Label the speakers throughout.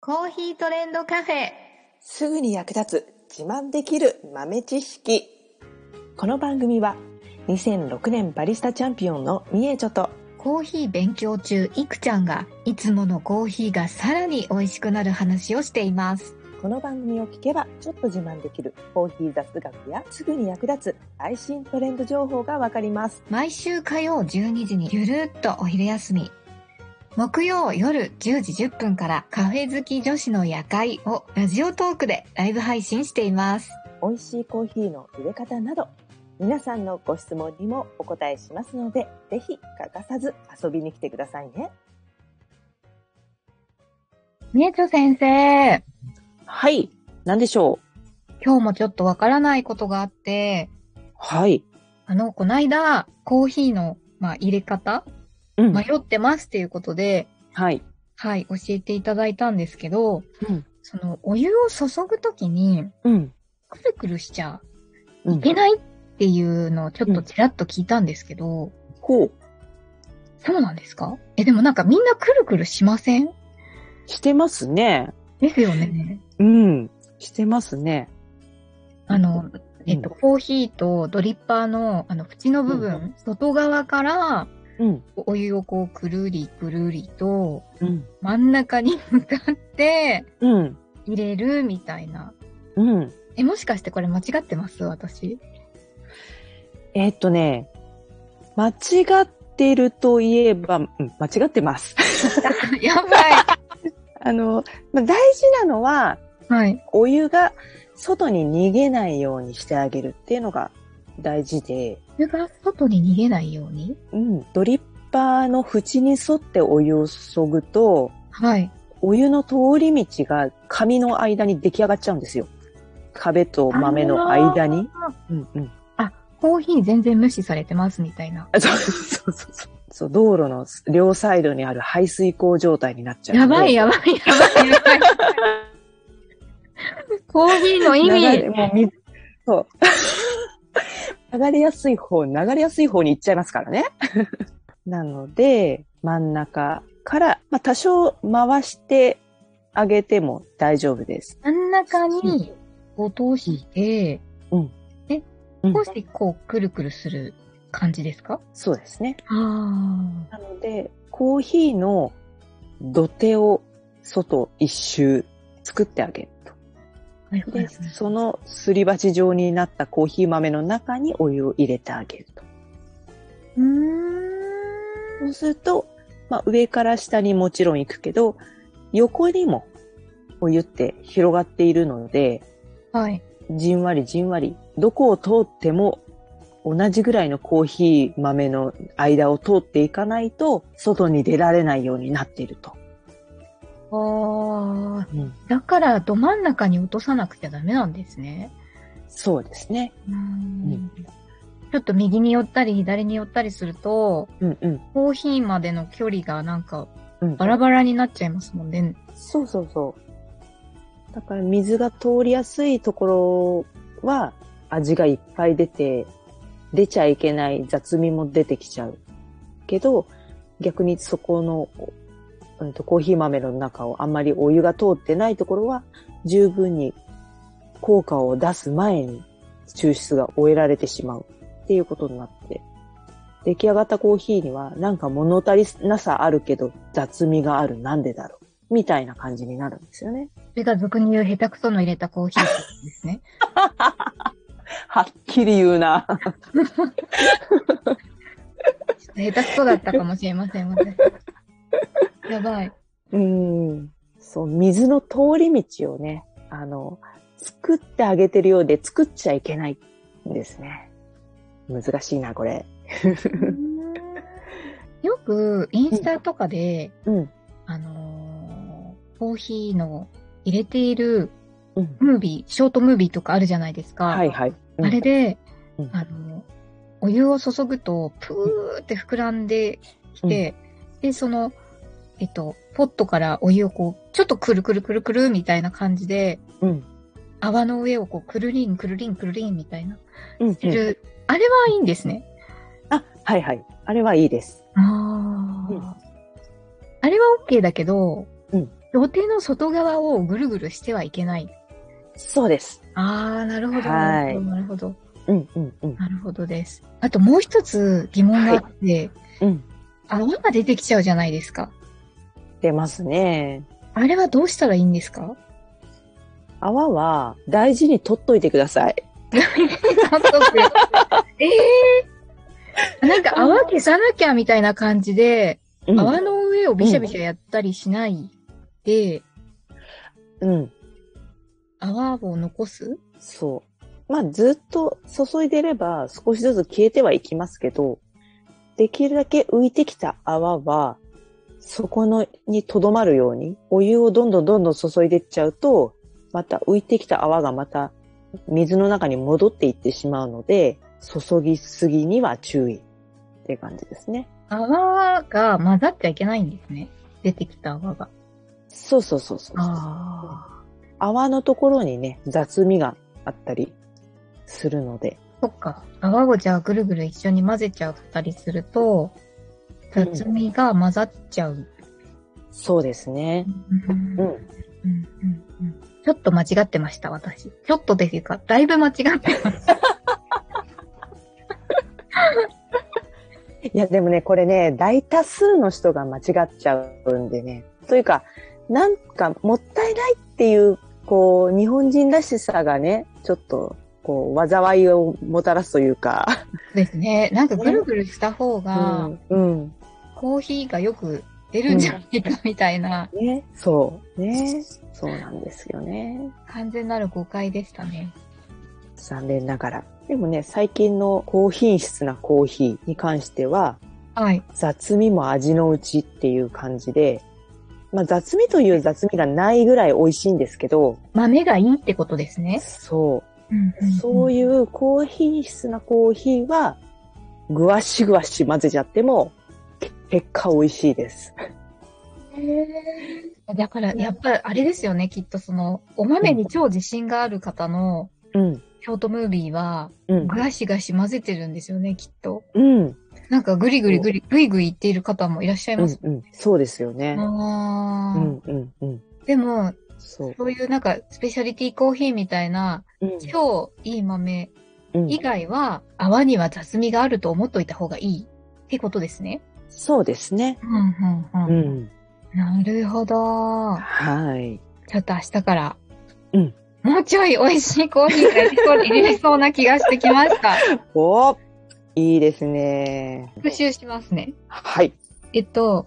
Speaker 1: コーヒートレンドカフェ。
Speaker 2: すぐに役立つ自慢できる豆知識。この番組は2006年バリスタチャンピオンのみえちょと
Speaker 1: コーヒー勉強中、いくちゃんが、いつものコーヒーがさらに美味しくなる話をしています。
Speaker 2: この番組を聞けばちょっと自慢できるコーヒー雑学やすぐに役立つ最新トレンド情報がわかります。
Speaker 1: 毎週火曜12時にゆるっとお昼休み。木曜夜10時10分からカフェ好き女子の夜会をラジオトークでライブ配信しています。
Speaker 2: 美味しいコーヒーの入れ方など皆さんのご質問にもお答えしますのでぜひ欠かさず遊びに来てくださいね。
Speaker 1: みえちょ先生、
Speaker 2: はい。何でしょう
Speaker 1: 今日もちょっとわからないことがあって、
Speaker 2: はい。
Speaker 1: あの、こないだ、コーヒーの、まあ、入れ方
Speaker 2: うん
Speaker 1: 迷ってますっていうことで、
Speaker 2: はい。
Speaker 1: はい、教えていただいたんですけど、
Speaker 2: うん
Speaker 1: その、お湯を注ぐときに、
Speaker 2: うん。
Speaker 1: くるくるしちゃ
Speaker 2: う
Speaker 1: いけないっていうのをちょっとちらっと聞いたんですけど、
Speaker 2: こう。
Speaker 1: そうなんですかえ、でもなんかみんなくるくるしません
Speaker 2: してますね。
Speaker 1: ですよね。
Speaker 2: うん。してますね。
Speaker 1: あの、えっと、コーヒーとドリッパーの、あの、縁の部分、外側から、
Speaker 2: うん。
Speaker 1: お湯をこう、くるりくるりと、
Speaker 2: うん。
Speaker 1: 真ん中に向かって、
Speaker 2: うん。
Speaker 1: 入れるみたいな。
Speaker 2: うん。
Speaker 1: え、もしかしてこれ間違ってます 私。
Speaker 2: えーっとね、間違ってるといえば、うん、間違ってます。
Speaker 1: やば
Speaker 2: あの、まあ、大事なのは、
Speaker 1: い。はい。
Speaker 2: お湯が外に逃げないようにしてあげるっていうのが大事で、
Speaker 1: それが外に逃げないように。
Speaker 2: うん。ドリッパーの縁に沿ってお湯を注ぐと、
Speaker 1: はい。
Speaker 2: お湯の通り道が紙の間に出来上がっちゃうんですよ。壁と豆の間に。うんうん。
Speaker 1: コーヒー全然無視されてますみたいな。
Speaker 2: あそうそうそうそう。そう、道路の両サイドにある排水溝状態になっちゃう。
Speaker 1: やばいやばいやばいやばい。 コーヒーの意
Speaker 2: 流れ
Speaker 1: 味。
Speaker 2: もう水そう。 流れやすい方、流れやすい方に行っちゃいますからね。 なので、真ん中から、まあ、多少回してあげても大丈夫です。
Speaker 1: 真ん中に落として、
Speaker 2: うん
Speaker 1: え、
Speaker 2: うん
Speaker 1: 少しこう、くるくるする感じですか
Speaker 2: そうですね。
Speaker 1: あ
Speaker 2: なので、コーヒーの土手を外一周作ってあげると。
Speaker 1: あ。はいはい
Speaker 2: で
Speaker 1: はい、
Speaker 2: そのすり鉢状になったコーヒー豆の中にお湯を入れてあげると。
Speaker 1: うーん。
Speaker 2: そうすると、まあ、上から下にもちろん行くけど、横にもお湯って広がっているので、
Speaker 1: はい。
Speaker 2: じんわりじんわり、どこを通っても同じぐらいのコーヒー豆の間を通っていかないと、外に出られないようになっていると。
Speaker 1: ああ。
Speaker 2: うん
Speaker 1: だから、ど真ん中に落とさなくちゃダメなんですね。
Speaker 2: そうですね。
Speaker 1: うーん。ちょっと右に寄ったり左に寄ったりすると、
Speaker 2: うんうん。
Speaker 1: コーヒーまでの距離がなんか
Speaker 2: うん
Speaker 1: バラバラになっちゃいますもんね。
Speaker 2: そうそうそう。だから水が通りやすいところは味がいっぱい出て、出ちゃいけない雑味も出てきちゃう。けど、逆にそこの、うん、とコーヒー豆の中をあんまりお湯が通ってないところは十分に効果を出す前に抽出が終えられてしまうっていうことになって、出来上がったコーヒーにはなんか物足りなさあるけど雑味があるなんでだろうみたいな感じになるんですよね。
Speaker 1: それが俗に言う下手くその入れたコーヒーですね。
Speaker 2: はっきり言うな。
Speaker 1: ちょっと下手くそだったかもしれません。 私やばい。
Speaker 2: うん。そう、水の通り道をね、あの、作ってあげてるようで作っちゃいけないんですね。難しいな、これ。
Speaker 1: よくインスタとかで、
Speaker 2: うん。
Speaker 1: あのーコーヒーの入れている
Speaker 2: うん。
Speaker 1: ムービー、ショートムービーとかあるじゃないですか。
Speaker 2: はいはい。うん
Speaker 1: あれで、
Speaker 2: うん
Speaker 1: あの、お湯を注ぐと、プーって膨らんできて、で、その、えっと、ポットからお湯をこう、ちょっとくるくるくるくるみたいな感じで、
Speaker 2: うん。
Speaker 1: 泡の上をこう、くるりんくるりんくるりんみたいな、
Speaker 2: うん。う
Speaker 1: す
Speaker 2: ん。
Speaker 1: る。あれはいいんですね。
Speaker 2: あ、はいはい。あれはいいです。
Speaker 1: ああ
Speaker 2: うん
Speaker 1: あれは OK だけど、
Speaker 2: うん
Speaker 1: 土手の外側をぐるぐるしてはいけない。
Speaker 2: そうです。
Speaker 1: ああ、なるほど。な
Speaker 2: は
Speaker 1: る
Speaker 2: い
Speaker 1: ほどなるほど。
Speaker 2: うんうんうん。
Speaker 1: なるほどです。あともう一つ疑問があって、
Speaker 2: うん。
Speaker 1: 泡が出てきちゃうじゃないですか。
Speaker 2: 出ますね。
Speaker 1: あれはどうしたらいいんですか
Speaker 2: 泡は大事に取っといてください。
Speaker 1: なんとなくええなんか泡消さなきゃみたいな感じで、
Speaker 2: うん
Speaker 1: 泡の上をビシャビシャやったりしないで、
Speaker 2: うん。
Speaker 1: 泡を残す
Speaker 2: そう。まあ、ずっと注いでれば少しずつ消えてはいきますけど、できるだけ浮いてきた泡は、そこのに留まるように、お湯をどんどんどんどん注いでっちゃうと、また浮いてきた泡がまた水の中に戻っていってしまうので、注ぎすぎには注意って感じですね。
Speaker 1: 泡が混ざっちゃいけないんですね。出てきた泡が。
Speaker 2: そうそうそうそうそう。
Speaker 1: あ
Speaker 2: 泡のところにね、雑味があったりするので、
Speaker 1: あ。そっか。泡をじゃあぐるぐる一緒に混ぜちゃったりすると、
Speaker 2: うん
Speaker 1: 雑味が混ざっちゃう。
Speaker 2: そうですね。
Speaker 1: うん
Speaker 2: う
Speaker 1: うんん。うんうんちょっと間違ってました、私。ちょっとですか、だいぶ間違ってました。
Speaker 2: いや、でもね、これね、大多数の人が間違っちゃうんでね。というか、なんか、もったいないっていう、こう、日本人らしさがね、ちょっと、こう、災いをもたらすというか。
Speaker 1: ですね。なんかぐるぐるした方
Speaker 2: う
Speaker 1: が、
Speaker 2: ん。うん。
Speaker 1: コーヒーがよく出るんじゃないかみたいな、
Speaker 2: ね。そう。ね。そうなんですよね。
Speaker 1: 完全なる誤解でしたね。
Speaker 2: 残念ながら。でもね、最近の高品質なコーヒーに関しては、
Speaker 1: はい。
Speaker 2: 雑味も味のうちっていう感じで、まあ雑味という雑味がないぐらい美味しいんですけど、
Speaker 1: 豆がいいってことですね。
Speaker 2: そう。
Speaker 1: うんんん
Speaker 2: そういう高品質なコーヒーは、ぐわしぐわし混ぜちゃっても、け結果美味しいです。
Speaker 1: だから、やっぱりあれですよね、きっとその、お豆に超自信がある方の、
Speaker 2: うん。
Speaker 1: 京都ムービーは、
Speaker 2: うん。
Speaker 1: ガシガシ混ぜてるんですよね、きっと。
Speaker 2: うん。
Speaker 1: なんか、ぐりぐりぐり、ぐいぐい言っている方もいらっしゃい
Speaker 2: うん
Speaker 1: ます。
Speaker 2: うん。そうですよね。う
Speaker 1: あー
Speaker 2: ん。うん。うん。
Speaker 1: でも、
Speaker 2: そう。
Speaker 1: そういうなんか、スペシャリティコーヒーみたいな、
Speaker 2: うん
Speaker 1: 超いい豆
Speaker 2: うん
Speaker 1: 以外は、泡には雑味があると思っといた方がいいってことですね。
Speaker 2: そうですね。
Speaker 1: うん、うん、
Speaker 2: う
Speaker 1: うん。
Speaker 2: ん。
Speaker 1: なるほど。
Speaker 2: はい。
Speaker 1: ちょっと明日から、
Speaker 2: うん
Speaker 1: もうちょい美味しいコーヒーがいけそう入れそうな気がしてきま した。
Speaker 2: おいいですね。
Speaker 1: 復習しますね。
Speaker 2: はい。
Speaker 1: えっと、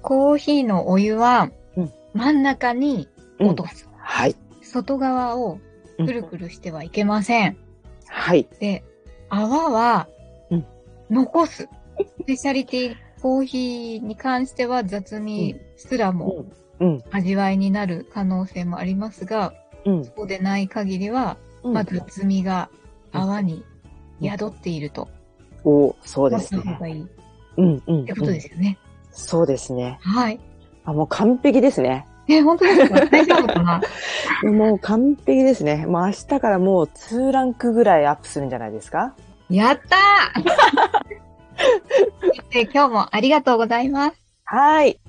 Speaker 1: コーヒーのお湯は
Speaker 2: うん、
Speaker 1: 真ん中に
Speaker 2: うん
Speaker 1: 落とす。
Speaker 2: はい。
Speaker 1: 外側を
Speaker 2: うん
Speaker 1: くるくるしてはいけません。
Speaker 2: はい。
Speaker 1: で、泡は
Speaker 2: うん、
Speaker 1: 残す。スペシャリティコーヒーに関しては雑味すらも
Speaker 2: うん。
Speaker 1: 味わいになる可能性もありますが、
Speaker 2: うん。
Speaker 1: そうでない限りは、
Speaker 2: うん
Speaker 1: まあ、雑味が泡に宿っていると
Speaker 2: おそう
Speaker 1: 思
Speaker 2: で
Speaker 1: っ
Speaker 2: す
Speaker 1: た方
Speaker 2: ね。
Speaker 1: がいいっ
Speaker 2: うん。うん。。
Speaker 1: てことですすよね。
Speaker 2: そうですね。
Speaker 1: はい。
Speaker 2: あ、もう完璧ですね。
Speaker 1: え、本当ですか大丈夫かな
Speaker 2: もう完璧ですね。もう明日からもう2ランクぐらいアップするんじゃないですか
Speaker 1: やったー先 生今日もありがとうございます。
Speaker 2: はい。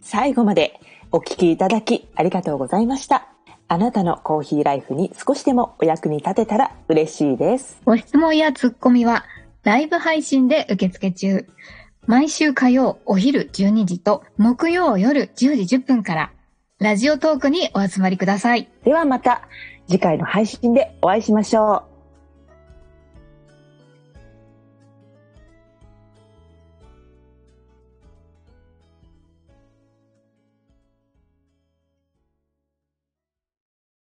Speaker 2: 最後までお聞きいただきありがとうございました。あなたのコーヒーライフに少しでもお役に立てたら嬉しいです。
Speaker 1: ご質問やツッコミは、ライブ配信で受付中。毎週火曜お昼12時と木曜夜10時10分から、ラジオトークにお集まりください。
Speaker 2: ではまた次回の配信でお会いしましょう。